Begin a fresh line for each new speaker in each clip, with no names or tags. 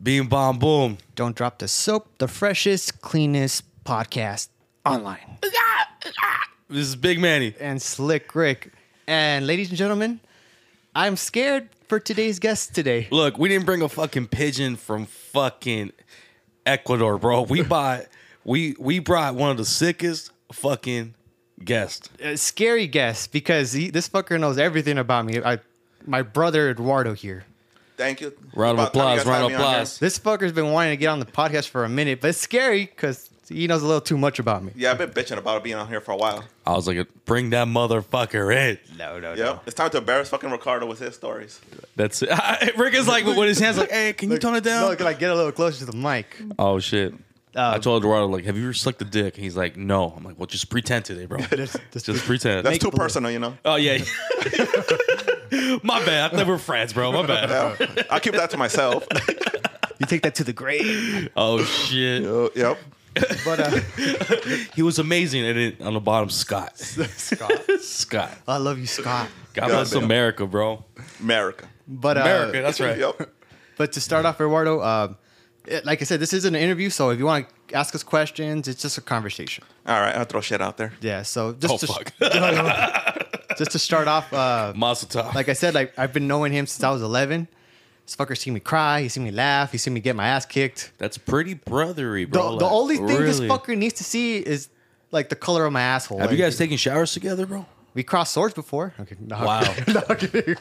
Beam bomb boom.
Don't drop the soap, the freshest, cleanest podcast online.
This is Big Manny.
And Slick Rick. And ladies and gentlemen, I'm scared for today's guest today.
Look, we didn't bring a fucking pigeon from fucking Ecuador, bro. We bought we we brought one of the sickest fucking guests.
A scary guest because he, this fucker knows everything about me. I, my brother Eduardo here.
Thank you.
Round of
About time
applause,
you guys
round
had
of
me on here.
applause.
This fucker's been wanting to get on the podcast for a minute, but it's scary because he knows a little too much about me.
Yeah, I've been bitching about being on here for a while.
I was like, bring that motherfucker in.
No, no,
Yep. It's time to embarrass fucking Ricardo with his stories.
That's it. Rick is like with his hands like, hey, can you tone it down?
No, like get a little closer to the mic.
Oh shit.
Um,
I told Eduardo, like, have you ever sucked a dick? And he's like, no. I'm like, well, just pretend today, bro. just, pretend.
That's too personal, you know.
oh, yeah. My bad. I thought we were friends, bro. My bad.
I keep that to myself.
You take that to the grave.
Oh, shit.
Uh, yep.
But uh,
He was amazing. And it, on the bottom, Scott.
Scott,
Scott.
I love you, Scott.
God bless
damn.
America, bro.
America.
But uh,
America. That's right.
Yep.
But to start off, Eduardo, uh, it- like I said, this is an interview, so if you want to ask us questions, it's just a conversation.
All right, I'll throw shit out there.
Yeah. So just
Oh,
to,
fuck.
just to start off, uh,
Mazel tov.
like I said, like I've been knowing him since I was 11. This fucker's seen me cry. He's seen me laugh. He's seen me get my ass kicked.
that's pretty brothery,
The,
bro.
the
Like,
only thing this
really.
fucker needs to see is like the color of my asshole.
Have you
Like,
guys taken showers together, bro?
We crossed swords before. Okay. No,
Wow.
no, I'm kidding.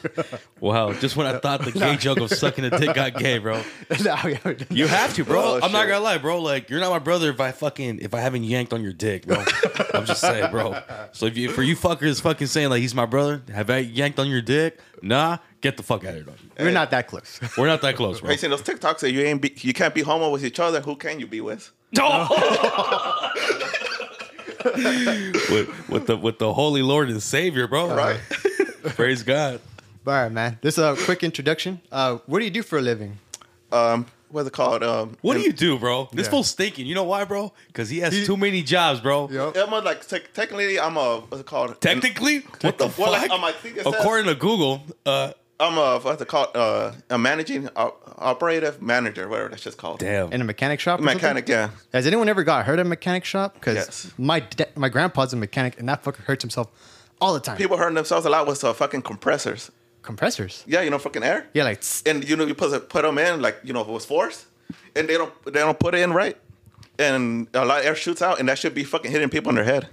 Wow. Just when I thought the gay joke of sucking a dick got gay, bro.
No, yeah.
You have to, bro.
Oh,
I'm not
shit.
gonna lie, bro. Like you're not my brother if I fucking if I haven't yanked on your dick, bro. I'm just saying, bro. So if you for you fuckers fucking saying like he's my brother, have I yanked on your dick? Nah, get the fuck out of here. Dog.
We're not that close.
We're not that cllose, bro.
Have you seen those TikToks that you ain't be, you can't be homo with each other? Who can you be with?
with, with the with the holy Lord and Savior, bro.
Right.
Praise God.
All right, man. This is a quick introduction. Uh, what do you do for a living?
Um, what's it called? Um,
What do you do, bro? This
Yeah.
fool's stinking. You know why, bro? Because he has too many jobs, bro.
I'm a, like tec- technically I'm a what's it called?
Technically, what the
Well,
fuck?
I'm, I think it says-
According to Google, uh,
I'm a what's it called? Uh, a managing op- operative manager, whatever that's just called.
damn.
In a mechanic shop? or something?
Mechanic, yeah.
Has anyone ever got hurt at a mechanic shop? Because
Yes.
my da- my grandpa's a mechanic, and that fucker hurts himself all the time.
People hurting themselves a lot with uh, fucking compressors.
Compressors.
Yeah, you know, fucking air.
Yeah, like tss,
and you know you put put them in like you know if it was forced, and they don't they don't put it in right, and a lot of air shoots out, and that should be fucking hitting people in their head.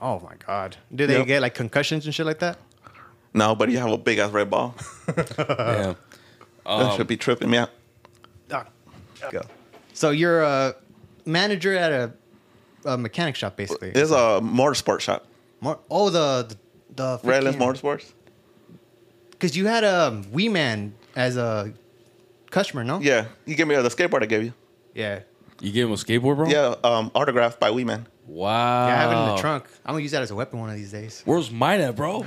oh my god. Do they
Yep.
get like concussions and shit like that?
No, but you have a big ass red ball.
Damn.
that should be tripping me out.
Ah. Go. So you're a manager at a, a mechanic shop, basically.
It's a motorsport shop,
More, oh, the the, the
Redlands Motorsports.
Because you had a Wee Man as a customer, no?
Yeah, you gave me the skateboard I gave you.
Yeah.
You gave him a skateboard, bro?
Yeah, um, autographed by Wee Man.
Wow.
Yeah, I have it in the trunk. I'm gonna use that as a weapon one of these days.
Where's mine at, bro?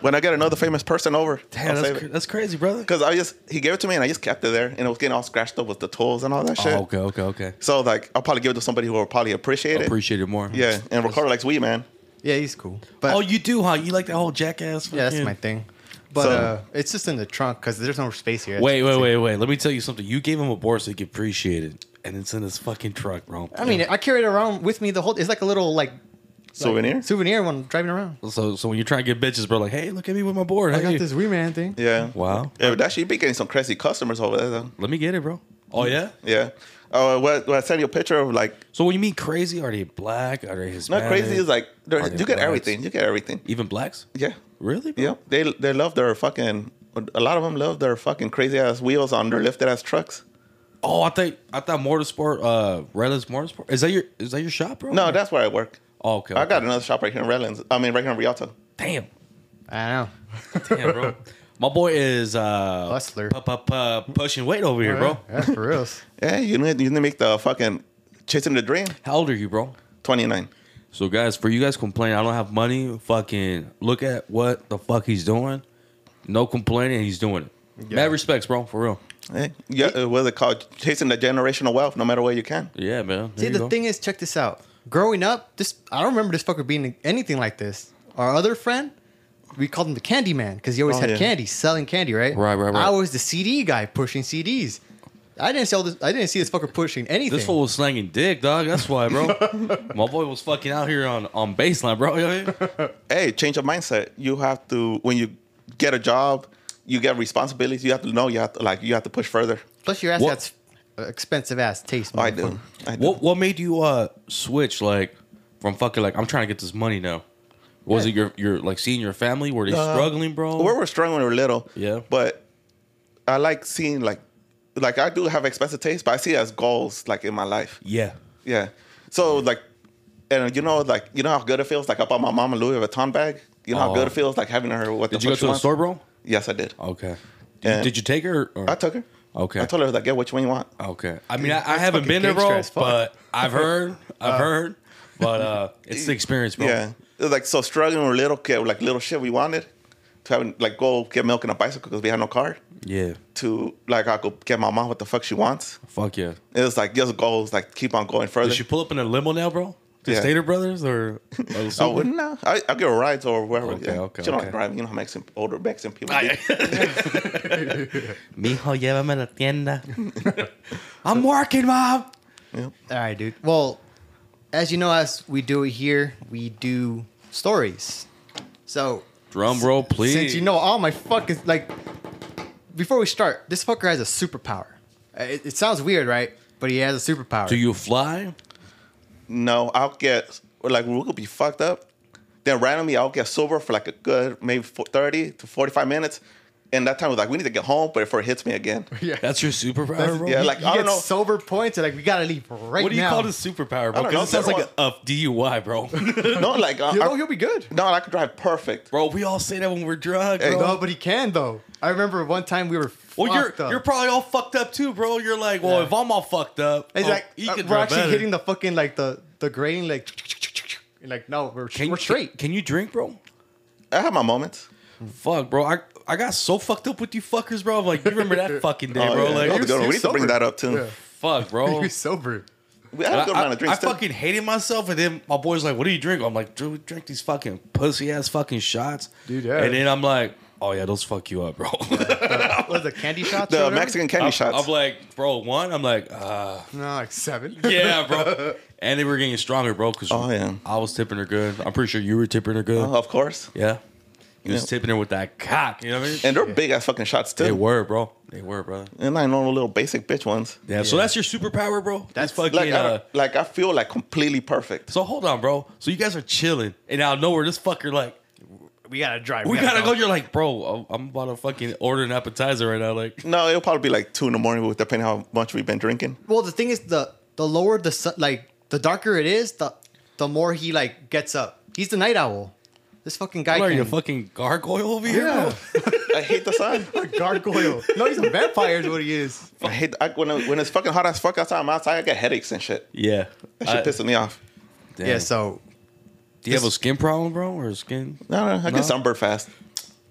When I get another famous person over,
Damn, that's, cra- that's crazy, brother.
Because I just he gave it to me and I just kept it there, and it was getting all scratched up with the tools and all that shit.
Oh, okay, okay, okay.
So like I'll probably give it to somebody who will probably appreciate it.
Appreciate it more.
Yeah, and Ricardo likes Wee Man.
Yeah, he's cool. But
Oh, you do, huh? You like that whole jackass?
Yeah, that's
fucking-
my thing. But
So-
uh, it's just in the trunk because there's no space here.
Wait, wait, wait, wait. Let me tell you something. You gave him a board so he could appreciate it, and it's in his fucking truck, bro.
I mean, I carry it around with me the whole. It's like a little like
Souvenir.
souvenir when I'm driving around.
so so when you're trying to get bitches, bro, like, hey, look at me with my board.
I got
Hey.
this Wee Man thing.
Yeah.
Wow.
Yeah, but actually, you be getting some crazy customers over there. Though.
Let me get it, bro. Oh yeah.
Yeah. Oh, uh, well, well, I sent you a picture of like
So when you mean crazy, are they black? Are they
not
Hispanic?
crazy is like there-
Are
you
they
get
blacks?
everything. You get everything.
even blacks.
Yeah.
Really? bro?
Yep. They they love their fucking. A lot of them love their fucking crazy ass wheels on their lifted ass trucks.
Oh, I think I thought motorsport. Uh, Redlands Motorsport. Is that your is that your shop, bro?
No, that's where I work.
Oh, okay.
I
okay.
got another shop right here in Redlands. I mean, right here in Rialto.
Damn.
I know.
Damn, bro. My boy is uh
Hustler.
pu- pu- pu- pushing weight over here, bro.
Yeah, for reals.
Yeah, you need you need to make the fucking chasing the dream.
How old are you, bro?
Twenty nine.
So guys, for you guys complaining, I don't have money. Fucking look at what the fuck he's doing. No complaining, he's doing it. Mad respects, bro, for real.
Yeah. yeah
Eh?
uh, what's it called? Chasing the generational wealth, no matter where you can.
Yeah, man. There
See,
you
the
go.
thing is, check this out. Growing up, this I don't remember this fucker being anything like this. Our other friend, we called him the Candy Man because he always
Oh,
had
yeah.
candy, selling candy, right?
Right, right, right.
I was the CD guy pushing CDs. I didn't see all this. I didn't see this fucker pushing anything.
This fool was slanging dick, dog. That's why, bro. My boy was fucking out here on on baseline, bro. You know what I mean?
hey, change of mindset. You have to when you get a job, you get responsibilities. You have to know you have to like you have to push further.
Mm-hmm.
Plus, your ass
What-
got got expensive ass taste.
I
motherfucker.
do. I do.
What what made you uh switch like from fucking like I'm trying to get this money now? Was it your your like seeing your family? Were they struggling, bro?
we Uh, were strong when we were little.
Yeah.
But I like seeing like like I do have expensive taste, but I see it as goals like in my life.
yeah.
Yeah. So
Mm-hmm.
like and you know like you know how good it feels like I bought my mom a Louis Vuitton bag? You know
Oh.
how good it feels like having her what
Did
the
you go
fuck she
to the
wants?
store, Oh. bro?
Yes, I did.
Okay. Did,
Yeah.
you, did you take her? Or?
I took her.
Okay.
I told her like get which one you want.
Okay. I mean, I, I haven't
fucking
been there,
gangster
bro,
as fuck.
but I've heard, I've heard, but uh, it's the experience, bro.
Yeah. It was, like so struggling with little kid like little shit we wanted to having like go get milk in a bicycle because we had no car.
Yeah.
To like I go get my mom what the fuck she wants.
Fuck yeah.
It was like just goals like keep on going further.
Did she pull up in a limo now, bro? To
Yeah.
Stater Brothers or? or the
I
Super?
wouldn't know. I, I give her rides or wherever.
Okay,
yeah.
okay,
She don't
okay.
like driving. You know how Mexican, older Mexican people do.
Mijo, llévame a la tienda. I'm working, mom.
All right, dude. Well, as you know, as we do it here, we do stories. So
Drum roll, please.
Since you know all my fucking like, before we start, this fucker has a superpower. Uh, It, it sounds weird, right? But he has a superpower.
Do you fly?
No, I'll get, or like, we could be fucked up. Then randomly, I'll get sober for like a good maybe fo- 30 to 45 minutes. And that time, I was like, we need to get home but before it hits me again.
yeah.
That's your superpower, bro.
yeah,
You-
like,
you
I
get
don't know.
sober points. and like we gotta leave right now.
what do you call this superpower,
I
bro?
don't know,
Because it sounds like
they're
a, a DUI, bro.
no, like, uh,
You know
I-
he'll be good.
no, I could drive perfect.
bro, we all say that when we're drunk,
Hey,
bro.
No, but he can though. I remember one time we were.
Well, you're
fucked up.
you're probably all fucked up too, bro. You're like, well,
Yeah.
if I'm all fucked up,
It's
oh,
like
he
uh,
can
we're
drive
actually
better.
hitting the fucking like the the grain like. and, Like no, we're
Can you-
we're straight.
Can you drink, bro?
I have my moments.
Fuck, bro. I I got so fucked up with you fuckers, bro. I'm like, you remember that fucking day,
Oh,
bro?
yeah.
Like,
That was a good one.
you're
we need to bring
sober.
that up too.
Yeah.
fuck, bro.
You're sober.
We had a
I,
good amount
I-
of drinks.
I
too.
fucking hated myself, and then my boy's like, "What do you drink?" I'm like, "Dude, drink these fucking pussy ass fucking shots."
Dude, yeah.
And then I'm like, "Oh yeah, those fuck you up, bro."
What is it, candy shots? or
the
whatever?
Mexican candy
I'm,
shots.
I'm like, "Bro, one." I'm like, uh,
No, like seven.
"Yeah, bro." and they were getting stronger, bro, because
Oh, yeah.
I was tipping her good. I'm pretty sure you were tipping her good.
Oh, of course.
Yeah, you was
Yeah.
tipping her with that cock. You know what I mean?
And they're big ass fucking shots
they
too.
were, bro. They were, brother.
And I know the little basic bitch ones.
Yeah. So that's your superpower, bro. That's fucking.
Like, I,
uh,
don't- like I feel like completely perfect.
so hold on, bro. So you guys are chilling, and out of nowhere, this fucker like.
We gotta drive.
We gotta go. You're like, bro, I'm- I'm about to fucking order an appetizer right now. Like,
No, it'll probably be like two in the morning, with depending how much we've been drinking.
Well, the thing is, the the lower the sun, like the darker it is, the the more he like gets up. He's the night owl. This fucking guy.
what are
can,
you a fucking gargoyle over here?
Yeah.
bro?
I hate the sun.
a gargoyle. no, he's a vampire. Is what he is.
I hate I, when it, when it's fucking hot as fuck outside. I'm outside. I get headaches and shit.
yeah.
That shit
I-
pisses me off.
damn.
Yeah. So
Do you have a skin problem, bro, or skin?
No, no,
No?
I get sunburned fast.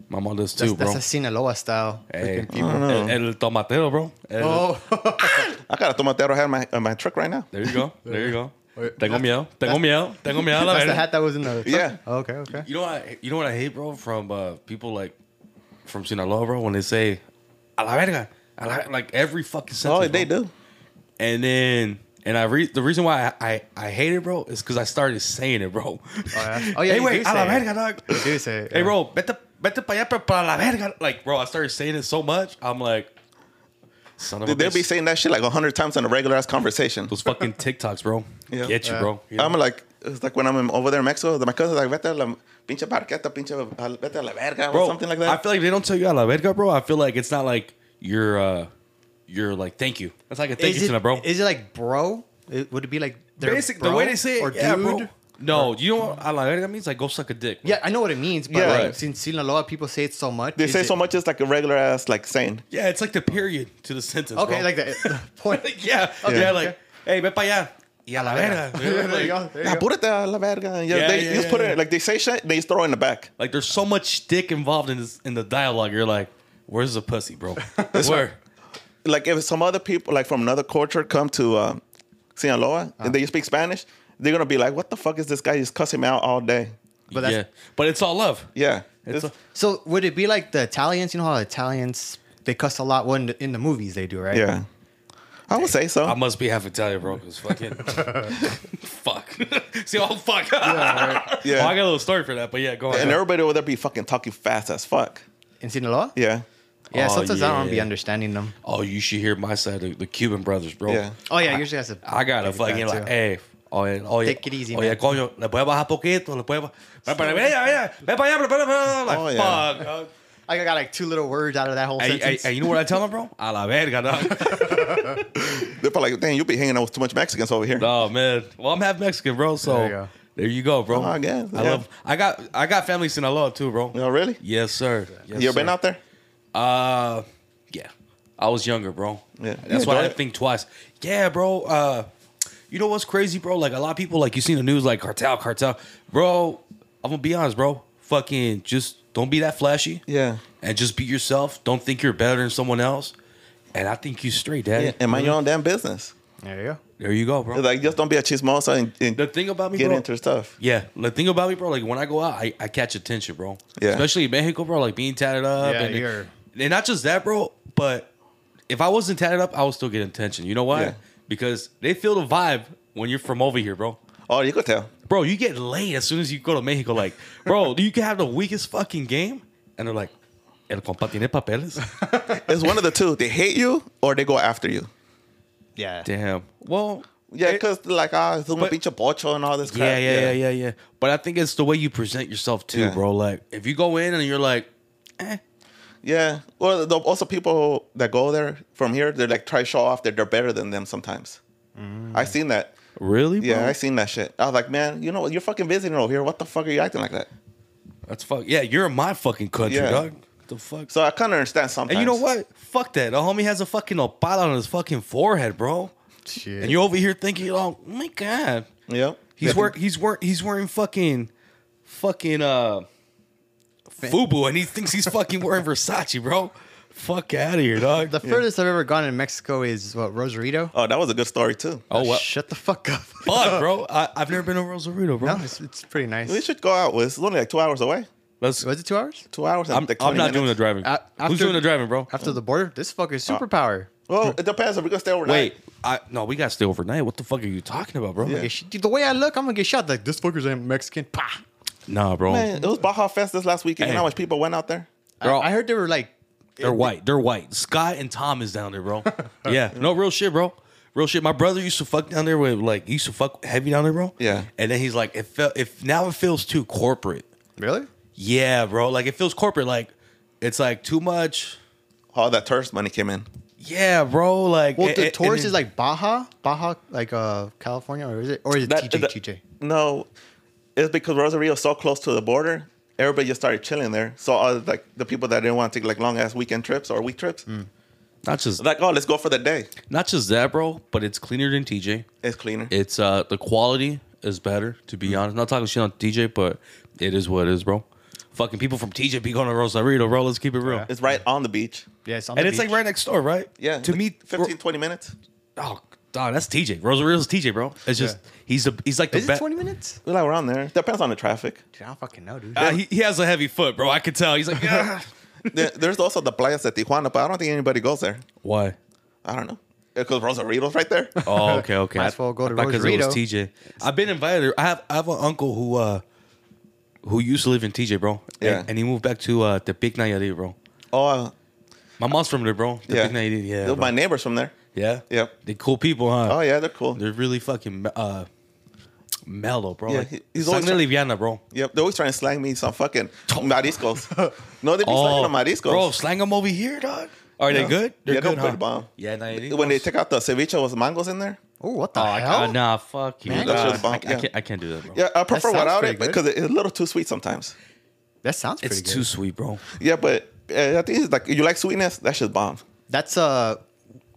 My mom does
that's,
too,
that's
bro.
a Sinaloa style.
Hey,
freaking
el,
people.
el tomatero, bro. El-
Oh,
I got a tomatero hat in my in my truck right now.
There you go. There you go.
Wait,
Tengo
that's-
miedo. Tengo miedo. Tengo miedo. a la
that's the
verga.
hat that was in the. Oh,
Yeah.
Okay. Okay.
You know what? I- You know what I hate, bro, from uh, people like from Sinaloa, bro, when they say "a la verga," a la, like every fucking sentence.
Oh, they
bro.
do.
And then, and I re- the reason why I, I, I hate it, bro, is because I started saying it, bro. Oh
yeah? Oh, yeah,
Hey,
you
wait,
do
a la
say it.
verga, dog.
You do say it,
Hey,
yeah.
bro, vete, vete para allá, pero para la verga. Like, bro, I started saying it so much, I'm like, son of a
Dude, they'll
bitch.
be saying that shit like hundred times in a regular ass conversation.
Those fucking TikToks, bro.
Yeah.
Get you,
Yeah.
bro. You know?
I'm like, it's like when I'm in- over there in Mexico. My cousin's like, vete a la pinche barqueta, pinche al- vete a la verga,
bro,
or something like that.
I feel like they don't tell you a la verga, bro. I feel like it's not like you're, uh, you're like, thank you. That's like a thank
is
you
it,
to them, bro.
Is it like bro? It- would it be like their
Basic, the
bro
way they say it,
or
yeah,
dude?
bro. No, you know what a la verga means? Like, go suck a dick. bro.
Yeah, I know what it means, but
Yeah.
like,
Right.
since Sinaloa people say it so much,
they
is
say
it-
so much. It's like a regular ass like saying.
Yeah, it's like the period to the sentence.
Okay,
bro.
like the, the point.
yeah,
Okay,
yeah,
okay.
like hey, ve para allá. Y a la verga.
There you go, there you
"Ah,
go.
púrate a la verga. Yeah,
Yeah,
they
yeah,
they just
yeah,
put
yeah.
it like they say shit. They just throw it in the back.
like there's so much dick involved in this in the dialogue. You're like, where's the pussy, bro? Where?
like if some other people like from another culture come to um, Sinaloa and they speak Spanish, they're gonna be like, "What the fuck is this guy just cussing me out all day?"
But
yeah,
that's-
but it's all love.
Yeah,
It's
It's-
So would it be like the Italians? You know how Italians they cuss a lot. Well, in the, in the movies they do, right?
yeah. I would say so.
I must be half Italian, bro. Cause fucking fuck. See, oh fuck.
Yeah.
Well, I got a little story for that, but yeah, go on.
and everybody over there be fucking talking fast as fuck.
In Sinaloa?
Yeah.
Yeah,
Oh,
sometimes I don't be
yeah.
understanding them.
oh, you should hear my side, the, the Cuban brothers, bro.
Yeah.
Oh yeah, usually that's a
I got a
big bad,
fucking like, eh.
too.
hey. oh, Oye, oye,
Take it easy,
oye,
man.
coño, le puede bajar poquito, le puede bajar. Ven para allá, ven para allá, ven para allá. Like,
Oh, yeah.
fuck. dog.
I got like two little words out of that whole
Hey, hey,
sentence.
hey, you know what I tell them, bro? A la verga, dog.
They're probably like, damn, you'll be hanging out with too much Mexicans over here.
Oh man. Well, I'm half Mexican, bro. So there
There you
you go,
go.
bro.
Oh, I guess,
I
yeah.
love. I got. I got family in Sinaloa too, bro.
No, really?
Yes, sir. Yes,
you ever
sir.
been out there?
Uh, yeah. I was younger, bro.
Yeah. You
That's why I
enjoy
didn't
it?
think twice. Yeah, bro. Uh, you know what's crazy, bro? Like a lot of people, like you see in the news, like cartel, cartel, bro. I'm gonna be honest, bro. Fucking just don't be that flashy.
Yeah.
And just be yourself. Don't think you're better than someone else. And I think you straight, daddy.
Yeah. And mind your own damn business.
there you go.
There you go, bro.
It's like, just don't be a chismosa and, and
the thing about me,
get
bro,
into stuff.
Yeah, the thing about me, bro, like when I go out, I, I catch attention, bro.
Yeah.
Especially in Mexico, bro, like being tatted up.
Yeah,
and,
you're-
and not just that, bro, but if I wasn't tatted up, I would still get attention. You know why?
Yeah.
Because they feel the vibe when you're from over here, bro.
Oh, you could tell.
Bro, you get laid as soon as you go to Mexico. Like, bro, you can have the weakest fucking game. And they're like, El compa tiene papeles?
It's one of the two. They hate you or they go after you.
Yeah.
Damn. Well,
Yeah,
it-
because like, ah, it's un
but-
pinche pocho and all this crap.
Yeah, yeah, yeah, yeah, yeah. But I think it's the way you present yourself too,
Yeah.
bro. Like, if you go in and you're like, "Eh,
Yeah. Well, the, also people that go there from here, they're like try to show off that they're better than them sometimes.
Mm.
I seen that.
really, bro?
Yeah, I seen that shit. I was like, man, you know what? You're fucking visiting over here. What the fuck are you acting like that?
That's fuck. Yeah, you're in my fucking country,
Yeah.
dog. The fuck.
So I kind of understand sometimes.
and you know what? Fuck that. The homie has a fucking opala on his fucking forehead, bro.
Shit.
And you're over here thinking, oh my god,
Yeah.
he's work. He's work. He's wearing fucking, fucking uh, FUBU, and he thinks he's fucking wearing Versace, bro. Fuck out of here, dog.
the furthest I've ever gone in Mexico is what Rosarito.
Oh, that was a good story too.
oh what?
Shut the fuck up.
Fuck, bro. I, I've never been to Rosarito, bro.
no, it's, it's pretty nice.
We should go out. With, it's only like two hours away.
Let's.
Was it two hours?
Two hours. And
I'm,
like
I'm
20
not doing the
minutes.
driving.
A-
Who's
after-
doing the driving, bro?
After the border, this fucker's
Uh,
superpower.
Well, it depends. Are we gonna stay overnight?
Wait, I no, we got to stay overnight. What the fuck are you talking about, bro?
Yeah.
Get sh- Dude, the way I look, I'm gonna get shot. Like this fucker's ain't Mexican. Pah.
Nah, bro.
Man, it was Baja Fest this last weekend. You
Hey.
know how much people went out there?
Bro.
I, I heard they were like,
They're white. They're white. Scott and Tom is down there, bro. yeah. No, real shit, bro. Real shit. My brother used to fuck down there with like he used to fuck heavy down there, bro.
Yeah.
And then he's like, it felt if now it feels too corporate.
really?
Yeah, bro. Like it feels corporate. Like it's like too much.
All that tourist money came in.
Yeah, bro. Like
Well,
and-
the
and-
Taurus
and-
is like Baja, Baja, like uh California, or is it, or is it
That-
TJ?
that-
TJ.
No, it's because Rosario is so close to the border. Everybody just started chilling there. So all the- like the people that didn't want to take like long ass weekend trips or week trips,
Mm. not just
like oh let's go for the day.
not just that, bro. But it's cleaner than TJ.
It's cleaner.
It's uh the quality is better. To
Mm-hmm.
be honest, not talking shit on TJ, but it is what it is, bro. Fucking people from TJ be going to Rosarito, bro. Let's keep it real.
it's right on the beach.
Yeah, it's on
and
the
it's like
beach.
right next door, right?
Yeah.
To
like
me,
15, 20 minutes.
oh, dog, that's TJ. Rosario's TJ, bro. It's just he's a he's like the
Is it
best.
20 minutes?
We're like around there. Depends on the traffic.
Dude, I don't fucking know, dude.
Uh, he, he has a heavy foot, bro. I could tell. He's like, "Ah."
There- There's also the playas de Tijuana, but I don't think anybody goes there.
why?
I don't know. Because Rosarito's right there.
Oh, okay, okay.
Might as well go to
thought 'cause
Rosarito.
It was TJ. I've been invited. there. I have I have an uncle who uh who used to live in TJ, bro. And-
Yeah.
And, he moved back to uh the Big Nayarit, bro.
Oh, uh,
My mom's from there, bro. The
yeah.
Big Nayarit, yeah.
Those
bro.
My neighbors from there.
yeah.
Yep.
They cool people, huh?
Oh, yeah, they're cool.
They're really fucking uh mellow, bro.
Yeah,
like,
he-
he's
he's
always
always try-
Liviana, bro.
Yep, they're always trying to slang me some fucking mariscos. no, they be slanging the mariscos.
Oh, Bro, slang them over here, dog. Are they
Yeah.
good? They're
Yeah, they'll
good,
put
huh?
the bomb.
Yeah, nah,
when they take out the ceviche with mangoes in there.
Oh, what the
Oh, I,
hell?
uh, nah, fuck you.
Man,
dog.
that
shit's bomb,
I, I
yeah.
can't, I can't do that, bro.
Yeah, I prefer
sounds
without
pretty
it
good.
because it's a little too sweet sometimes.
That sounds pretty
It's
good.
too sweet, bro.
Yeah, but uh, I think it's like you like sweetness. That shit's bomb
That's uh,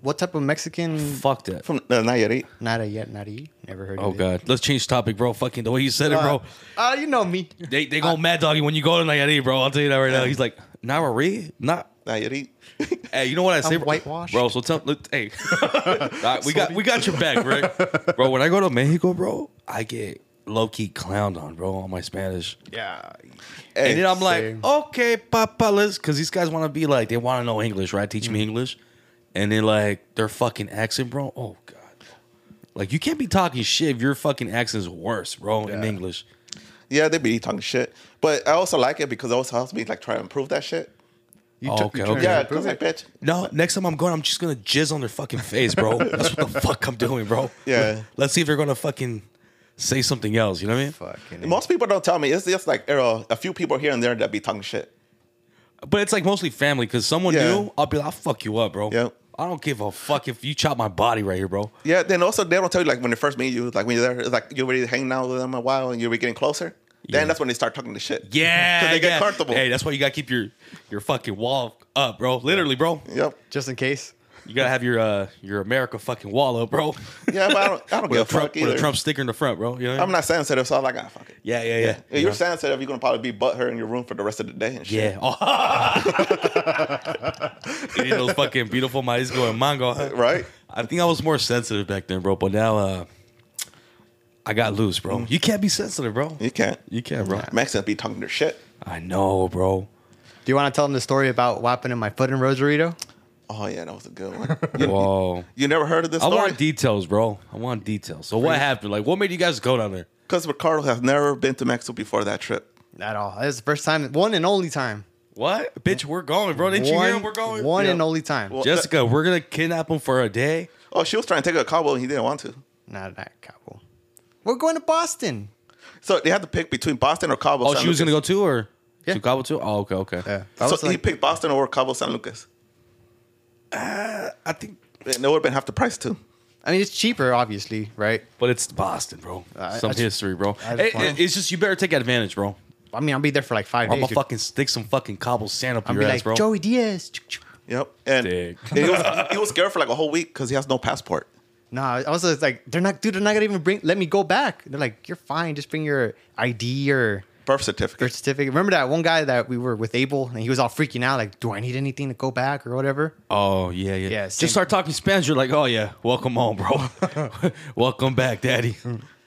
what type of Mexican?
Fuck that.
from uh, Nayarit.
Not a yet, not a Never heard
Oh
of it.
god, let's change topic, bro. Fucking the way you said it, bro.
Uh, you know me.
They they go mad doggy when you go to Nayarit, bro. I'll tell you that right now. He's like, Nayarit, not.
Nayarit.
Hey, you know what I say?
I'm
bro?
whitewashed.
bro. So tell, look, hey, All right, we got we got your back, right? bro, when I go to Mexico, bro, I get low key clowned on, bro, on my Spanish.
Yeah.
Hey,
And then I'm like,
Same.
Mm-hmm.
okay, papa, let's, because these guys want to be like, they want to know English, right? Teach me English. and then like their fucking accent, bro. Oh god, like you can't be talking shit if your fucking accent's worse, bro, in
Yeah.
English.
Yeah, they be talking shit. But I also like it because it also helps me like try to improve that shit.
You
Oh,
took-
okay,
you trying
okay.
to
Yeah,
improve
because
it.
like bitch.
No, next time I'm going, I'm just gonna jizz on their fucking face, bro. That's what the fuck I'm doing, bro.
Yeah.
Let's see if they're gonna fucking say something else. You know what I mean?
Fucking.
Most people don't tell me. It's just like you know, a few people here and there that be talking shit.
But it's like mostly family because someone
Yeah.
new, I'll be like, I'll fuck you up, bro.
Yep.
I don't give a fuck if you chop my body right here, bro.
Yeah, then also they don't tell you like when they first meet you, like when you're there, it's like you already hanging out with them a while and you're getting closer.
Yeah.
Then that's when they start talking the shit.
Yeah,
'Cause they get
yeah.
comfortable.
Hey, that's why you gotta keep your your fucking wall up, bro. Literally, bro.
Yep.
Just in case.
You gotta have your uh your America fucking wall up, bro.
Yeah, but I don't, I don't
With
give
a
a
Trump
fuck
with
either.
a Trump sticker in the front, bro. You know what I
I'm
mean?
not sensitive, so I'm like, ah, fuck it.
Yeah, yeah, yeah.
If you're sensitive, you're gonna probably be butthurt in your room for the rest of the day and shit.
Yeah. Eating those fucking beautiful marisco and mango. huh?
Right?
I think I was more sensitive back then, bro. But now uh I got loose, bro.
Mm-hmm.
You can't be sensitive, bro.
You can't.
You can't, bro.
Mexicans be talking their shit.
I know, bro.
Do you want to tell them the story about whopping in my foot in Rosarito?
Oh yeah, that was a good one. You,
Whoa.
you never heard of this
I
story?
want details, bro. I want details. So what happened? Like, what made you guys go down there?
Because Ricardo has never been to Mexico before that trip.
At all. That was the first time, one and only time.
What, bitch? We're going, bro. Didn't you hear him? We're going.
one and
Yeah.
only time.
Well-
Jessica, we're gonna kidnap him for a day.
Oh, she was trying to take a cowboy and he didn't want to.
Not that Cabo. We're going to Boston.
So they had to pick between Boston or Cabo.
Oh,
San
she was gonna
Lucas.
go too, or
Yeah.
to Cabo too? Oh, okay, okay.
Yeah. That was
So he
like,
picked Boston over Cabo San Lucas.
I think,
And it would have been half the price too.
I mean, it's cheaper, obviously, right?
but it's Boston, bro.
I-
Some
I just-
history, bro.
I just
It-
wanna-
it- it's just you better take advantage, bro.
I mean, I'll be there for like 5
I'm
days.
gonna
dude.
fucking stick some fucking Cabo sand up
I'll
your
be
ass,
like,
bro.
Joey Diaz.
Yep. And
Dig.
and he, was, he was scared for like a whole week because he has no passport.
No, I was just like, they're not, dude, they're not gonna even bring, let me go back. They're like, you're fine, just bring your ID or
Birth
birth
certificate.
certificate. Remember that one guy that we were with Abel and he was all freaking out, like, do I need anything to go back or whatever?
Oh yeah, yeah.
Yeah, same-
Just start talking Spanish. You're like, oh yeah, welcome home, bro. welcome back, daddy.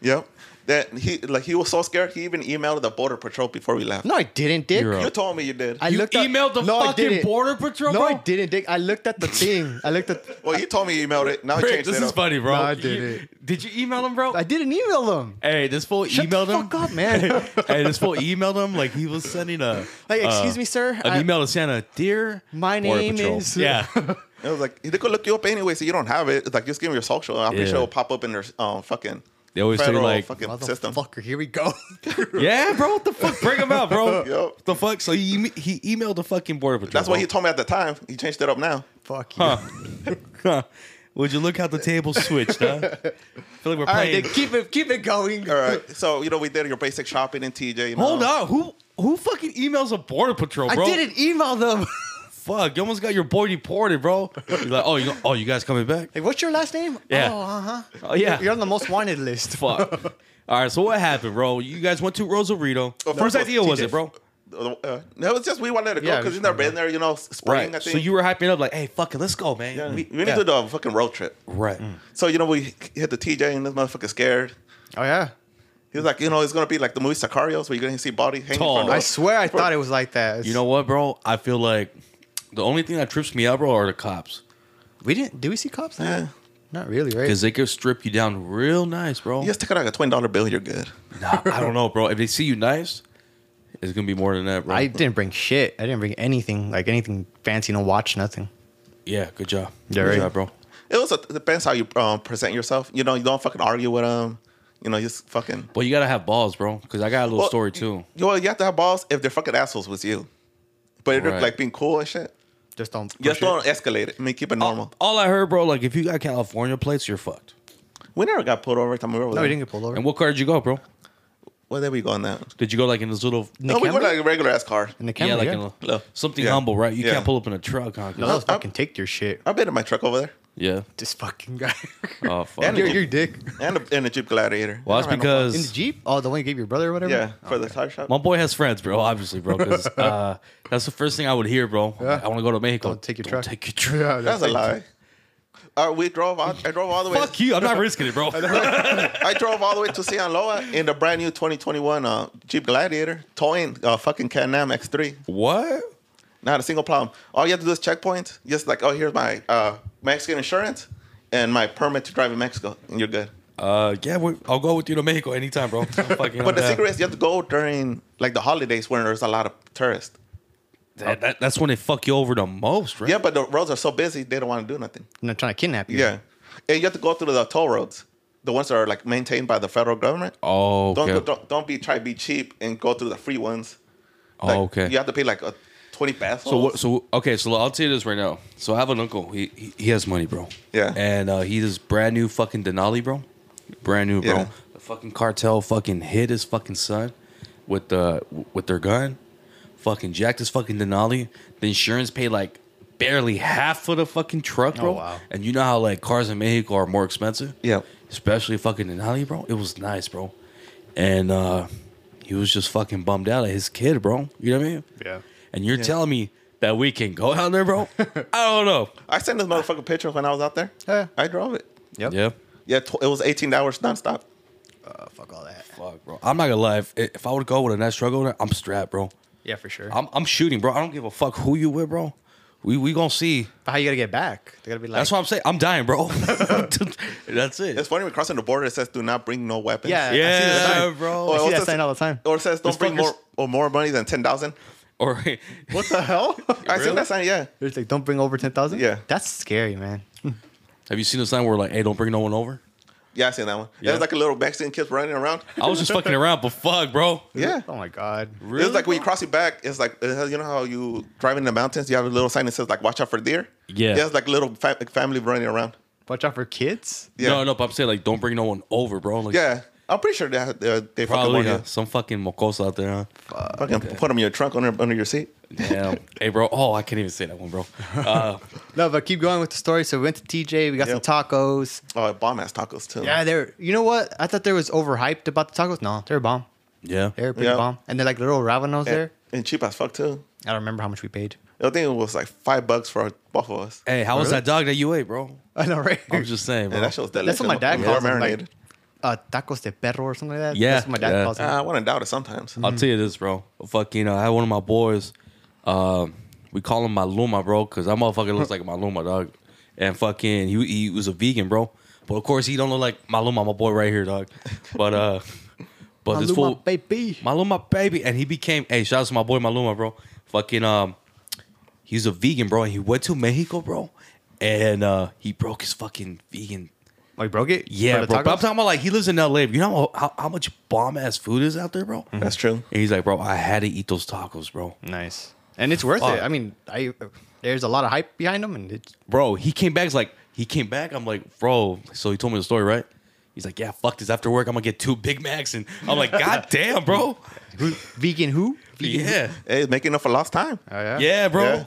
Yep. That he like he was so scared he even emailed the border patrol before we left.
No, I didn't, Dick.
You're a-
You told me you did.
I
You
looked up-
emailed the
No, I
fucking
didn't.
border patrol,
No,
bro.
I didn't, Dick. I looked at the thing. I looked at,
well, you told me you emailed it. Now he
Rick,
changed
this
it.
is
up.
funny, bro.
No, I
You-
didn't.
did you email him, bro?
I didn't email them.
Hey, this fool
Shut
emailed
the
him.
fuck up, man.
hey, this fool emailed him like he was sending a
Like,
uh,
excuse me, sir,
An
I-
email to Santa, dear.
My
Border
name
Patrol."
is-
yeah.
It was like they could look you up anyway, so you don't have it. It's like just give me your social. and I'm pretty
Yeah.
sure it'll pop up in their um, fucking.
They always say,
federal
like,
fucking system.
Motherfucker, here we go.
yeah, bro. What the fuck? Bring him out, bro.
Yup.
What the fuck? So he em- he emailed the fucking border patrol.
That's
bro.
what he told me at the time. He changed it up now.
Fuck you.
Huh. Huh. Would you look how the table switched? Huh. feel like we're
All right,
playing.
Dick, keep it, keep it going.
All right, so you know we did your basic shopping in TJ. You know?
Hold on. Who who fucking emails a border patrol,
I
bro?
didn't email them.
Fuck. You almost got your boy deported, bro. You're like, oh, you oh, you guys coming back?
Like, what's your last name?
Yeah.
Oh, uh huh.
Oh yeah.
You're on the most wanted list.
Fuck. All right, so what happened, bro? You guys went to Rosarito.
Well,
Whose
first was
idea was
TJ.
it, bro?
Uh, no, it's just we wanted to go
Yeah, we
because
just
you've never
wanted to
been there. You know, spring. I
So
think.
you were hyping up like, "Hey, fucking, let's go, man."
Yeah, Mm. we, need
yeah.
to do a fucking road trip.
right.
So you know we hit the TJ and this motherfucker scared.
Oh yeah.
He was like, you know, it's gonna be like the movie Sicarios where you're gonna see body hanging
Tall.
from the
I swear I thought it was like that. It's-
You know what, bro? I feel like the only thing that trips me out, bro, are the cops
we didn't. Do we see cops? Like
Yeah.
that? Not really, right?
because they could strip you down real nice, bro.
You just take out like a twenty dollar bill, you're good.
Nah, I don't know, bro. If they see you nice, it's gonna be more than that, bro.
I didn't bring shit. I didn't bring anything, like anything fancy, no watch, nothing.
yeah, good job.
Yeah,
good
right.
job, bro.
It also depends how you um, present yourself. You know, you don't fucking argue with them. You know, you just fucking.
But you gotta have balls, bro, because I got a little
Well,
story too.
You, well, you have to have balls if they're fucking assholes with you. But if they're
Right.
like being cool and shit,
Just don't.
just
push it.
don't escalate it. I mean, keep it normal.
All I heard, bro, like if you got California plates, you're fucked.
We never got pulled over every time we were with
No, we
them.
didn't get pulled over.
And what car did you go, bro?
Well, there we go on that.
Did you go like in this little
the
No, we were
Camry?
like a regular ass car.
In the camera, yeah,
yeah, like in a,
No.
something
Yeah.
humble, right? You
Yeah.
can't pull up in a truck, huh? 'Cause-
no, those
I'm-
fucking take your shit.
I've been in my truck over there
Yeah.
This fucking guy.
Oh fuck.
And
Your,
you-
your dick.
and the, and the Jeep Gladiator.
well,
I
that's
don't know.
In the
because
Jeep? Oh, the one you gave your brother or whatever? Oh,
yeah, for the tire shop.
my boy has friends, bro. Obviously, bro. 'cause, uh, that's the first thing I would hear, bro. I'm like, I want to go to Mexico.
Don't take your
Don't
truck.
Take your truck.
That's a lie. Uh, we drove. All, I drove all the way.
Fuck you. I'm not risking it, bro.
I drove all the way to Sinaloa in the brand new 2021 uh, Jeep Gladiator, towing uh, fucking Can-Am X3.
what?
Not a single problem. All you have to do is checkpoint. Just like, oh, here's my uh, Mexican insurance and my permit to drive in Mexico, and you're good.
Uh, yeah, we, I'll go with you to Mexico anytime, bro. I'm fucking-
But the
I'm down.
secret is you have to go during like the holidays when there's a lot of tourists.
That- that- that's when they fuck you over the most, right?
Yeah, but the roads are so busy they don't want to do nothing.
I'm not trying to kidnap you.
Yeah, and you have to go through the toll roads, the ones that are like maintained by the federal government.
Oh,
Don't
okay.
go- don't, don't be try to be cheap and go through the free ones.
Oh,
Like,
okay.
You have to pay like a twenty pesos.
So what? So okay. So I'll tell you this right now. So I have an uncle. He he, he has money, bro.
Yeah.
And uh, he this brand new fucking Denali, bro. Brand new, bro.
Yeah.
The fucking cartel fucking hit his fucking son with the with their gun. Fucking jacked his fucking Denali. The insurance paid like barely half of the fucking truck, bro.
wow.
And you know how like cars in Mexico are more expensive.
Yeah.
Especially fucking Denali, bro. It was nice, bro. And uh he was just fucking bummed out at his kid, bro. You know what I mean?
Yeah.
And you're telling me that we can go out there, bro? I don't know.
I sent this motherfucker picture when I was out there.
Yeah.
I drove it.
Yep.
Yeah.
Yeah, tw- it was eighteen hours nonstop.
Oh, fuck all that.
Fuck, bro. I'm not gonna lie. If, if I would go with a nice truck owner, I'm strapped, bro.
Yeah, for sure.
I'm, I'm shooting, bro. I don't give a fuck who you with, bro. We we gonna see.
but how you gonna get back? They gotta be like.
That's what I'm saying. I'm dying, bro. That's
It's
it.
funny when crossing the border. It says, "Do not bring no weapons."
Yeah. I see that
Yeah,
sign. Oh,
bro.
I see
also
that sign all the time.
Or it says, "Don't
These
bring more
fuckers-
or more money than ten thousand.
Or
What the hell?
I seen that sign. Yeah,
It's like, don't bring over ten thousand.
Yeah.
That's scary, man.
have you seen the sign where like, hey, don't bring no one over?
yeah, I seen that one.
Yeah.
There's like a little Mexican kid running around.
I was just fucking around, but fuck, bro.
Yeah.
Oh my god.
Really?
It's like when you cross it back, it's like it has- you know how you drive in the mountains, you have a little sign that says like "Watch out for deer."
Yeah.
it's like little fa- family running around.
Watch out for kids.
Yeah,
No, no, but I'm saying like, don't bring no one over, bro. Like,
yeah. I'm pretty sure that uh, they fucking
probably
want
uh, some fucking mocosa out there. Huh?
you. Fucking put them in your trunk under under your seat.
Damn. hey, bro. Oh, I can't even say that one, bro. Uh,
No, but keep going with the story. So we went to TJ. We got
Yep.
some tacos.
Oh, bomb ass tacos too.
Yeah, they're. You know what? I thought they was overhyped about the tacos. No, they're bomb.
yeah.
They're pretty
Yeah.
bomb. And they're like little ravenos
and,
there.
and cheap as fuck too.
I don't remember how much we paid.
I think it was like five bucks for both of us.
Hey, how was that dog that you ate, bro?
I know, right?
I'm just saying, bro.
And that shit was
That's
delicious.
what my dad
It was
calls them,
marinated.
like, uh, tacos de perro or something like that.
Yeah,
That's what my dad
yeah.
calls
Ah,
them.
I want to doubt it sometimes.
I'll tell you this, bro. Fucking, uh, I had one of my boys. Um, we call him Maluma, bro, because that motherfucker looks like Maluma, dog. And fucking, he he was a vegan, bro. But of course, he don't look like Maluma, my boy right here, dog. But uh, but this
Maluma,
fool,
baby.
Maluma baby, and he became. Hey, shout out to my boy Maluma, bro. Fucking um, he's a vegan, bro. And he went to Mexico, bro, and uh, he broke his fucking vegan
Oh, you broke it?
Yeah,
For the
bro. But I'm
tacos?
talking about like he lives in LA. You know how, how, how much bomb ass food is out there, bro?
Mm-hmm.
That's true.
And he's like, bro, I had to eat those tacos, bro.
Nice. And it's worth
Fuck.
it. I mean, I there's a lot of hype behind them, and it's
Bro, he came back. He's like, he came back. I'm like, bro. So he told me the story, right? He's like, yeah, fuck this. After work, I'm gonna get two Big Macs, and I'm like, god damn, bro.
who, vegan who? Vegan who?
Yeah,
Hey, it's making up for lost time.
Oh, yeah?
yeah, bro.
Yeah.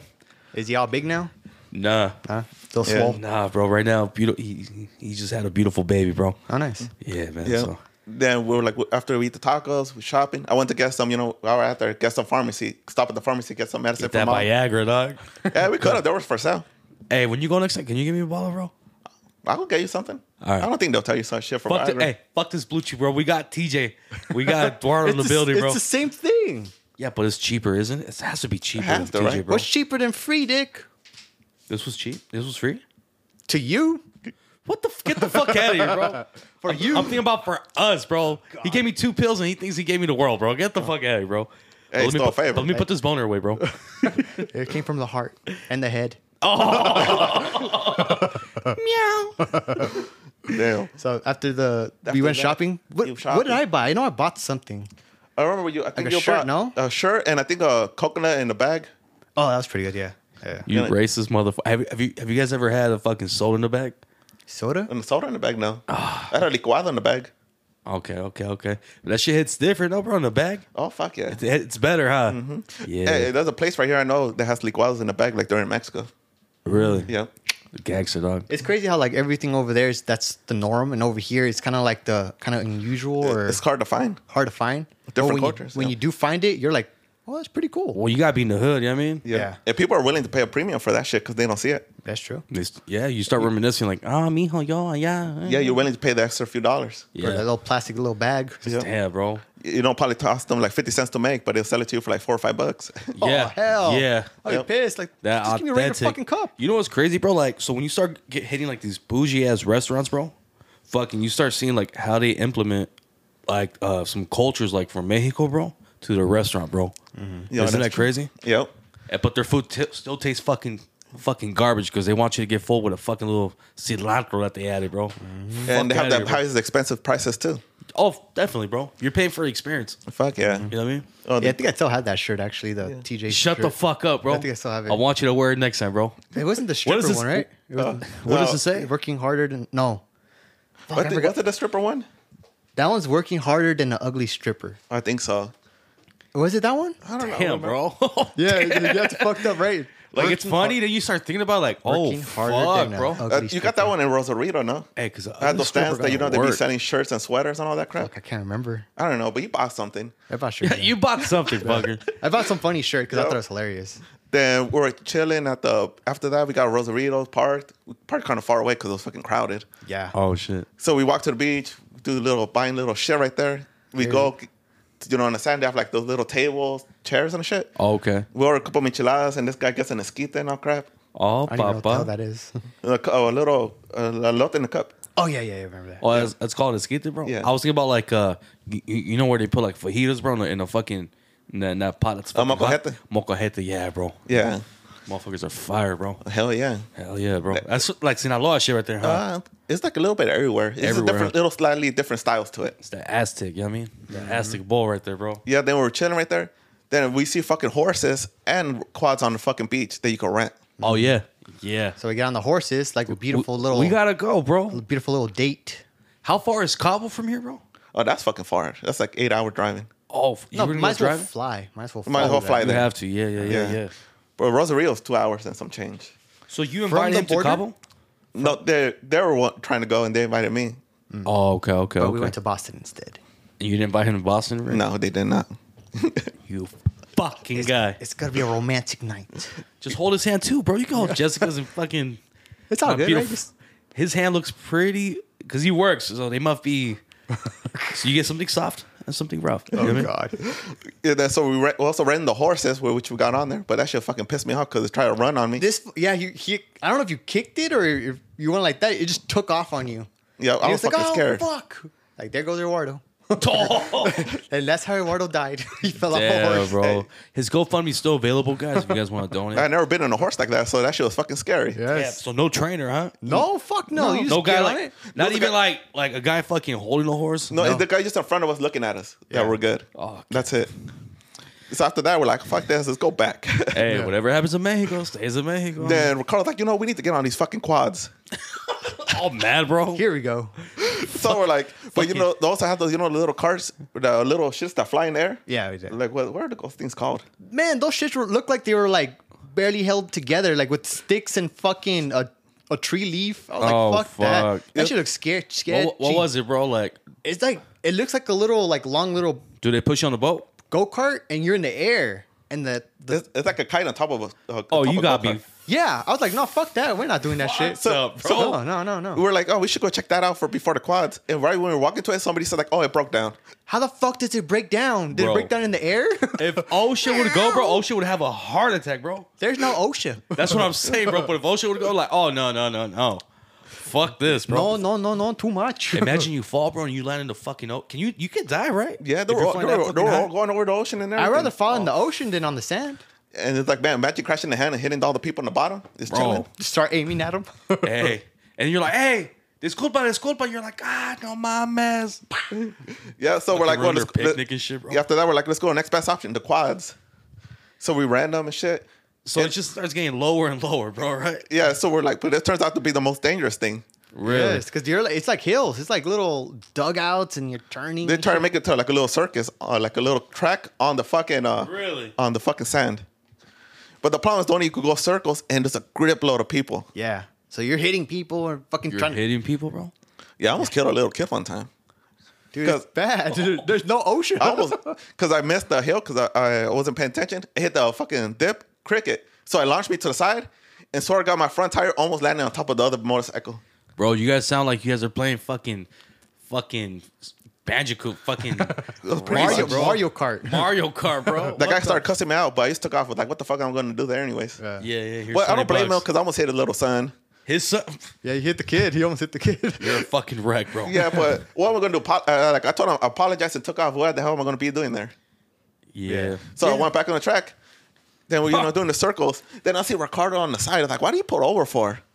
Is he all big now?
Nah,
Huh? Still
Yeah.
swole.
nah, bro. Right now, beautiful. He, he just had a beautiful baby, bro.
Oh, nice.
Yeah, man.
Yeah.
So.
Then we were like, after we eat the tacos, we shopping. I went to get some, you know, hour after, get some pharmacy, stop at the pharmacy, get some medicine
Get
for
that
mom.
Viagra, dog.
Yeah, we could have. There was for sale.
hey, when you go next time, can you give me a bottle, bro?
I will get you something.
All right.
I don't think they'll tell you some shit for
Fuck
Viagra.
the, hey, fuck this blue chew, bro. We got TJ. We got Eduardo in the
It's
building,
it's
bro.
the same thing.
Yeah, but it's cheaper, isn't it? It has to be cheaper
has
than
to,
TJ,
right?
bro.
What's cheaper than free, Dick?
this was cheap. This was free.
To you?
What the? f- Get the fuck out of here, bro. For I'm,
you.
I'm thinking about for us, bro. He gave me two pills and he thinks he gave me the world, bro. Get the fuck out of here, bro. But
it's
let, me
no
put,
favor.
but let me put this boner away, bro.
It came from the heart and the head.
Meow.
Damn.
So after the we
After
went
that,
shopping. What,
you
what
shopping.
did I buy? I know I bought something.
I remember you. I think
a
you
shirt,
bought
no?
a shirt and I think a coconut in the bag.
Oh, that was pretty good. Yeah. Yeah.
You
Yeah.
racist motherfucker. Have, you- have you have you guys ever had a fucking soda in the bag?
Soda?
And the soda in the bag, no.
Ah.
I had a licuado in the bag.
Okay, okay, okay. That shit hits different, though, bro. In the bag,
Oh, fuck yeah.
it's better, huh? Yeah,
Mm-hmm. Hey, there's a place right here I know that has licuados in the bag, like they're in Mexico.
really.
Yeah.
gangster dog.
It's crazy how like everything over there is that's the norm, and over here it's kind of like the kind of unusual or
It's hard to find.
hard to find. But
Different
when
cultures,
You, when
yeah.
you do find it, you're like, Well, that's pretty cool.
Well, you gotta be in the hood. You know what I mean?
Yeah.
Yeah. Mm-hmm.
If people are willing to pay a premium for that shit because they don't see it,
That's true.
It's- yeah. You start reminiscing like, ah, mijo, yo, yeah,
yeah, you're willing to pay the extra few dollars.
Yeah. that
yeah.
little plastic little bag.
Damn, bro.
You don't probably cost them like 50 cents to make, but they'll sell it to you for like four or five bucks.
Oh,
Yeah.
hell.
Yeah.
I'll be
Yep.
pissed. Like,
That
just give me a regular
authentic
fucking cup.
You know what's crazy, bro? Like, so when you start get, hitting like these bougie ass restaurants, bro, fucking, you start seeing like how they implement like uh some cultures, like from Mexico, bro, to the restaurant, bro.
Mm-hmm.
Yeah,
Isn't that
that's
crazy?
yep.
Eh, But their food t- still tastes fucking fucking garbage because they want you to get full with a fucking little cilantro that they added, bro.
Mm-hmm.
And they have
outta
the
here, bro.
highest expensive prices too.
Oh, definitely, bro. You're paying for the experience.
Fuck yeah.
You know what I mean?
Oh,
Yeah, I
the,
think I still had that shirt actually, the TJ.
Shut the
shirt.
fuck up, bro.
I think I still have it.
I want you to wear it next time, bro.
It wasn't the
What
stripper
is this-
one, right? It was
What does
No.
it say?
Uh, working harder than no. Fuck, I
what the,
forgot.
what's the stripper one?
that one's working harder than the ugly stripper.
I think so.
Was it that one?
I don't know.
Damn, bro.
Yeah, that's fucked up, right?
Like it's funny that you start thinking about like, oh
Working harder
fuck,
than a-
bro.
okay.
Uh, you got that one in Rosarito, no?
Hey, uh, because
I had those stands that you know they be selling shirts and sweaters and all that crap.
I can't remember.
I don't know, but you bought something.
I bought shirt.
You bought something, fucker.
I bought some funny shirt because I
Yep.
thought it was hilarious.
Then we were chilling at the. After that, we got Rosarito parked. We parked kind of far away because it was fucking crowded.
Yeah.
Oh shit.
So we walk to the beach, do a little buying little shit right there. We
Yeah.
go, you know, on the sand, they have like those little tables, chairs and shit.
Okay.
We order a couple micheladas, and this guy gets an esquite and all crap.
Oh
I don't even know what the hell
papa.
that is.
A, cu- a little a, a lot in the cup.
Oh yeah, yeah, I remember that.
Oh, that's, that's called esquite, bro.
Yeah.
I was thinking about like uh, you, you know where they put like fajitas, bro, in a, in a fucking in that, in that pot. That's
Oh,
fucking hot?
mocajete?
Mocajete, yeah, bro.
Yeah,
Motherfuckers are fire, bro.
hell yeah.
Hell yeah, bro. That's like Sinaloa shit right there, huh?
Uh, it's like a little bit everywhere. It's
Everywhere.
a different, little slightly different styles to it.
it's the Aztec, you know what I mean? The
Mm-hmm.
Aztec bowl right there, bro.
Yeah, then we were chilling right there. Then we see fucking horses and quads on the fucking beach that you can rent.
Oh
Mm-hmm.
yeah, yeah.
So we got on the horses, like a beautiful little,
we gotta go, bro.
beautiful little date.
How far is Cabo from here, bro?
Oh, that's fucking far. That's like eight hour driving.
Oh, you
No,
were gonna
might
go
as well
driving?
fly. Might as well.
Might as well
follow
fly
that.
You
there.
have to, yeah, yeah, yeah,
Yeah.
yeah.
But Rosario's two hours and some change.
So you
From
invited
the
him to
border?
Cabo?
No, they they were wa- trying to go and they invited me.
Oh, okay, okay,
Mm. But
okay.
we went to Boston instead.
you didn't invite him to Boston, right?
No, they did not.
You fucking guy.
Mm. It's gonna be a romantic night.
Just hold his hand too, bro. You can hold Jessica's and fucking.
It's all
not
good. Right?
beautiful.
Just,
His hand looks pretty because he works, so they must be. so you get something soft and something rough.
Oh,
You know what I mean?
God.
Yeah, then, so we, re- we also ran the horses, wh- which we got on there, but that shit fucking pissed me off because it tried to run on me.
This, yeah, you, he, I don't know if you kicked it or if you went like that. It just took off on you.
yeah, I
He
was fucking
like,
scared.
Oh, fuck. Like, there goes Eduardo.
Oh,
And that's how Eduardo died. he fell off a
damn,
horse.
bro. His GoFundMe is still available, guys. If you guys want to
I
donate.
never been on a horse like that, so that shit was fucking scary.
Yeah,
Yes.
so no trainer, huh?
No, fuck no. You just
No guy
get
like
on it.
not
No
even
guy-
like like a guy fucking holding a horse.
No, the guy just in front of us looking at us. Yeah,
Yeah.
we're good.
Oh,
That's it. So after that, we're like, fuck this, let's go back.
Hey, whatever happens in Mexico stays in Mexico.
then Ricardo's like, you know, we need to get on these fucking quads.
All Oh, mad, bro.
Here we go.
So we're like, but you
Fucking-
know, they also have those, you know, little carts, the little shits that fly in the air.
Yeah, we did.
Like, what, what are those things called?
Man, those shits were, looked like they were like barely held together, like with sticks and fucking a, a tree leaf. I was
Oh,
like, fuck,
fuck.
that. That
Yep.
shit looks scared. scared
What, what was it, bro? Like,
It's like, it looks like a little, like, long little
do they push you on the boat?
go kart and you're in the air. And the, the
It's, it's like a kite on top of us.
Oh, you got me.
yeah, I was like, no, fuck that. We're not doing that shit.
What's up, bro?
No, no, no,
We
no.
were like, oh, we should go check that out for before the quads. And right when we were walking to it, somebody said like, oh, it broke down.
How the fuck did it break down? Did
Bro.
it break down in the air?
If OSHA would go, bro, OSHA would have a heart attack, bro.
There's no OSHA.
That's what I'm saying, bro. But if OSHA would go, like, oh no, no, no, no, fuck this, bro.
No, no, no, no, too much.
Imagine you fall, bro, and you land in the fucking ocean. Can you? You can die, right?
Yeah,
If
they
you're
were, all-
flying
they
that
were,
fucking
they were all
high?
going over the ocean and
I'd
everything.
rather fall in the
oh.
ocean than on the sand.
And it's like, man, imagine crashing the hand and hitting all the people on the bottom. It's
Bro.
chilling.
Just start aiming at them.
Hey, and you're like, hey, disculpa, disculpa. You're like, ah, no mames.
Yeah, so we're like,
ruin their
well, let's, let-
picnic and shit, bro.
yeah, After that, we're like, let's go to the next best option, the quads. So we ran them and shit.
So it just starts getting lower and lower, bro. Right?
Yeah, so we're like, but it turns out to be the most dangerous thing.
Really?
because you're like, it's like hills. It's like little dugouts, and you're turning.
They
and
try to
shit.
make it to like a little circus, uh, like a little track on the fucking uh,
Really?
on the fucking sand. But the problem is, only you could go circles, and there's a grip load of people.
yeah. So you're hitting people and fucking
You're
trying.
hitting people, bro.
Yeah, I almost killed a little kid one time.
Dude, it's
'Cause-
bad.
Oh.
Dude, there's no ocean.
I almost because I missed the hill because I, I wasn't paying attention. I hit the fucking dip cricket, so I launched me to the side, and sort of got my front tire almost landing on top of the other motorcycle.
Bro, you guys sound like you guys are playing fucking, fucking Bandicoot, fucking
pretty
Mario,
Mario,
much, bro.
Mario Kart.
Mario Kart, bro. What
That guy
the-
started cussing me out, but I just took off with like, what the fuck am I going to do there anyways?
Yeah.
Yeah, yeah. here's
Well, I
20
don't blame him
bucks.
because I almost hit a little son.
His son,
Yeah, you hit the kid. He almost hit the kid.
you're a fucking wreck, bro.
Yeah, but what am I going to do? Apo- Uh, like I told him, I apologized and took off. What the hell am I going to be doing there?
yeah.
So I went back on the track. Then we, you know, doing the circles. Then I see Ricardo on the side. I was like, why do you pull over for?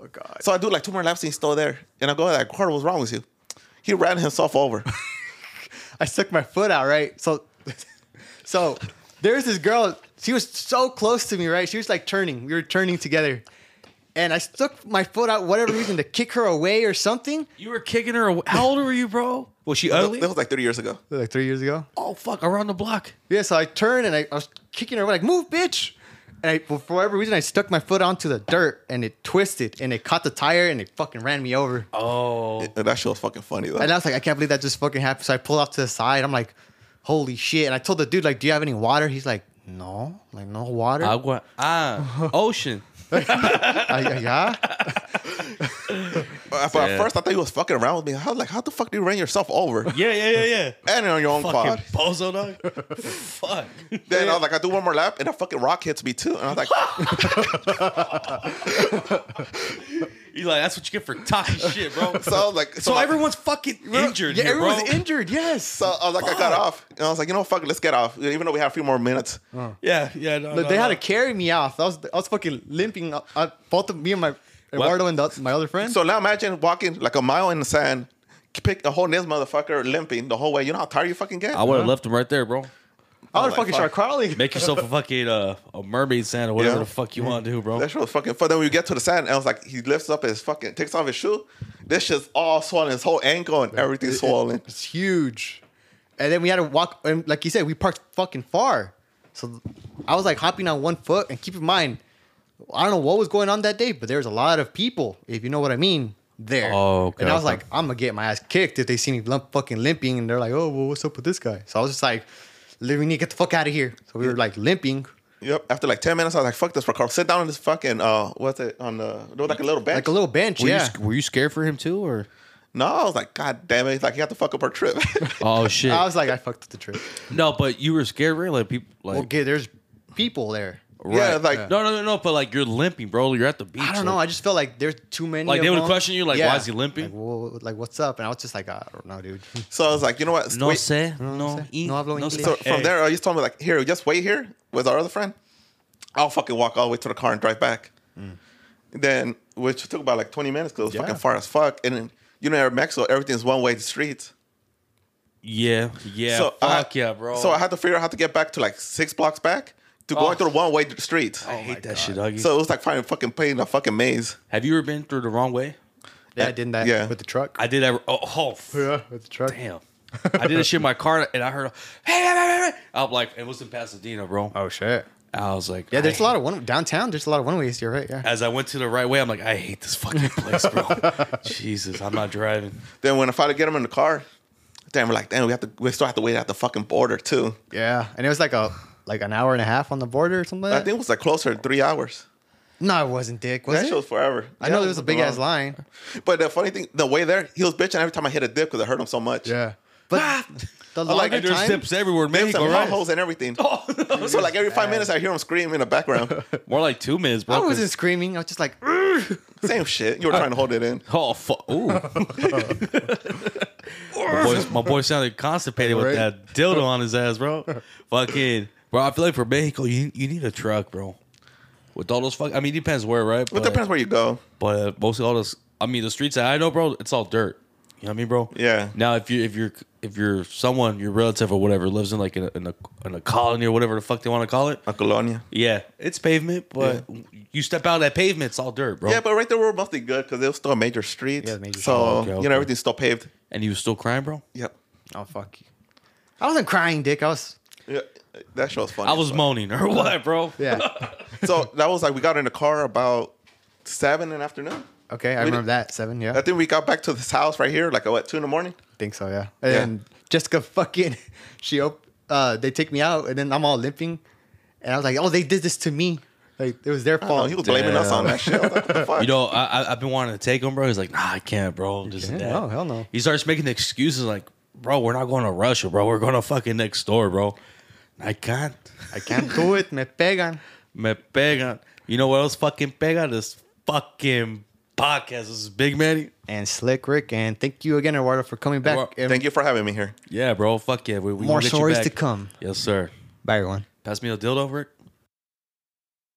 Oh god.
So I do like two more laps and he's still there. And I go like, Ricardo, what's wrong with you? He ran himself over.
I stuck my foot out, right? So, so there's this girl. She was so close to me, right? She was like turning. We were turning together, and I stuck my foot out, whatever reason, to kick her away or something.
You were kicking her. Away. How old were you, bro? Was she ugly?
That was like 30 years ago.
Like three years ago.
Oh fuck! Around the block.
Yeah. So I turned and I, I was kicking her away, like move, bitch. And I, for whatever reason, I stuck my foot onto the dirt and it twisted and it caught the tire and it fucking ran me over.
Oh,
And that shit was fucking funny though.
And I was like, I can't believe that just fucking happened. So I pulled off to the side. I'm like, holy shit. And I told the dude, like, do you have any water? He's like, no, like no water.
agua. Ah, ocean.
I- I- yeah.
But at first I thought he was fucking around with me. I was like, how the fuck do you run yourself over?
Yeah, yeah, yeah, yeah.
And on your own quad.
Fucking bozo dog. Fuck.
Then I was like, I do one more lap and a fucking rock hits me too. And I was like,
You like that's what you get for talking shit, bro.
so I was like,
So
my-
everyone's fucking injured.
Yeah,
here,
everyone's
bro.
injured. Yes.
So I was like, I got off. And I was like, you know, fuck it, let's get off. Even though we have a few more minutes.
Yeah, yeah. No,
Look,
no,
they had
no.
to carry me off. I was I was fucking limping. up. I, both of me and my Eduardo and the, my other friend.
So now imagine walking like a mile in the sand, pick a whole this motherfucker limping the whole way. You know how tired you fucking get?
I would have left him right there, bro.
I would
oh
like,
fucking
fuck.
start crawling.
Make yourself a fucking uh, a mermaid sand or whatever
Yeah.
the fuck you want to do, bro.
That shit was fucking fun. Then we get to the sand, and I was like, he lifts up his fucking, takes off his shoe. This shit's all swollen, his whole ankle and everything's swollen.
It's huge. And then we had to walk. And like you said, we parked fucking far. So I was like hopping on one foot. And keep in mind, I don't know what was going on that day, but there was a lot of people, if you know what I mean, there.
Oh, okay,
And I was
okay.
like, I'm gonna get my ass kicked if they see me lump, fucking limping. And they're like, oh, well, what's up with this guy? So I was just like, "Let me get the fuck out of here. So we were like limping.
Yep. After like 10 minutes, I was like, fuck this, Ricardo. Sit down on this fucking, uh, what's it, on the, there was like a little bench.
Like a little bench,
Were,
yeah.
you, were you scared for him too, or?
no, I was like, God damn it. He's like, you got to fuck up our trip.
Oh shit!
I was like, I fucked up the trip.
no, but you were scared, right? Like people, like
Okay, there's people there.
Yeah,
right.
like,
no, no, no, no. But like you're limping, bro. You're at the beach.
I don't know. I just felt like there's too many.
Like,
of
they would
them.
question you, like, why is he limping?
Like, wha- like, what's up? And I was just like, I don't know, dude.
so I was like, you know what?
no
Wait-
sé, no,
sé,
i-
no hablo inglés.
So
sé. Eh,
from there, I just told me like, here, just wait here with our other friend. I'll fucking walk all the way to the car and drive back. Then, which took about like 20 minutes because it was fucking far as fuck. And then, you know, in Mexico, everything's one way streets.
yeah, yeah,
so
fuck
I,
yeah, bro.
So I had to figure out how to get back to like six blocks back to
Oh.
going through the one way street.
Oh,
I hate that shit, doggy.
So it was like finding fucking playing a fucking maze.
Have you ever been through the wrong way?
Yeah, I did that
Yeah.
with the truck.
I did ever. Oh, oh f-
yeah, with the truck.
damn! I did a shit in my car, and I heard, "Hey, hey, hey, hey, hey!" I'm like, it was in Pasadena, bro.
Oh shit.
I was like,
Yeah, there's
I-
a lot of one downtown. There's a lot of one ways. You're right. Yeah.
As I went to the right way, I'm like, I hate this fucking place, bro. Jesus, I'm not driving.
Then when I finally get him in the car, then we're like, damn, we have to, we still have to wait at the fucking border too.
Yeah, and it was like a like an hour and a half on the border or something.
I
Like that.
think it was like closer to three hours.
No, it wasn't, Dick. Was
That
it?
shit was forever.
I know
Yeah,
there was a big ass
long.
line.
But the funny thing, the way there, he was bitching every time I hit a dip because it hurt him so much.
but the
like
longer
it,
There's
time.
tips everywhere, man.
Dips and potholes and everything.
Oh,
so like every five minutes, I hear him scream in the background.
More like two minutes, bro.
I
'cause-
wasn't screaming. I was just like,
Same shit. You were trying to hold it in.
Oh fuck! Ooh, my, boy, my boy sounded constipated with
Right.
that dildo on his ass, bro. Fucking, bro. I feel like for Mexico, you you need a truck, bro. With all those fuck, I mean, it depends where, right?
But
But,
it depends where you go.
But mostly all those, I mean, the streets that I know, bro, it's all dirt. You know what I mean, bro?
Yeah.
Now, if you if you're if you're someone, your relative or whatever, lives in like in a, in a in a colony or whatever the fuck they want to call it,
A colonia.
yeah, it's pavement, but you step out of that pavement, it's all dirt, bro.
Yeah, but right there we're mostly good because it was still a major street.
Yeah, major
so
street. Okay,
you
okay.
know everything's still paved.
and you still crying, bro.
Yep.
oh fuck you. I wasn't crying, Dick. I was.
Yeah, that show was funny.
I was moaning or what, bro?
Yeah.
so that was like we got in the car about seven in the afternoon.
Okay, I
We
remember
did-
that. Seven, yeah.
I think we got back to this house right here, like at what, two in the morning?
think so, yeah. And Jessica fucking she op- uh they take me out and then I'm all limping. And I was like, Oh, they did this to me. Like it was their
Oh,
fault.
he was blaming us on that shit. I was like, what the fuck?
You know, I, I, I've been wanting to take him, bro. He's like, nah, I can't, bro. Just
can't?
that.
No, hell no.
He starts making excuses like, bro, we're not going to Russia, bro. We're going to fucking next door, bro. I can't.
I can't do it, me pegan.
Me pegan. You know what else fucking pega? This fucking podcast. This is Big Manny.
And Slick Rick, and thank you again, Eduardo, for coming back.
Well,
And
Thank you for having me here.
Yeah, bro. Fuck yeah. We, we
More
gonna get you
stories
back.
to come.
Yes, sir.
Bye everyone.
Pass me a dildo, Rick.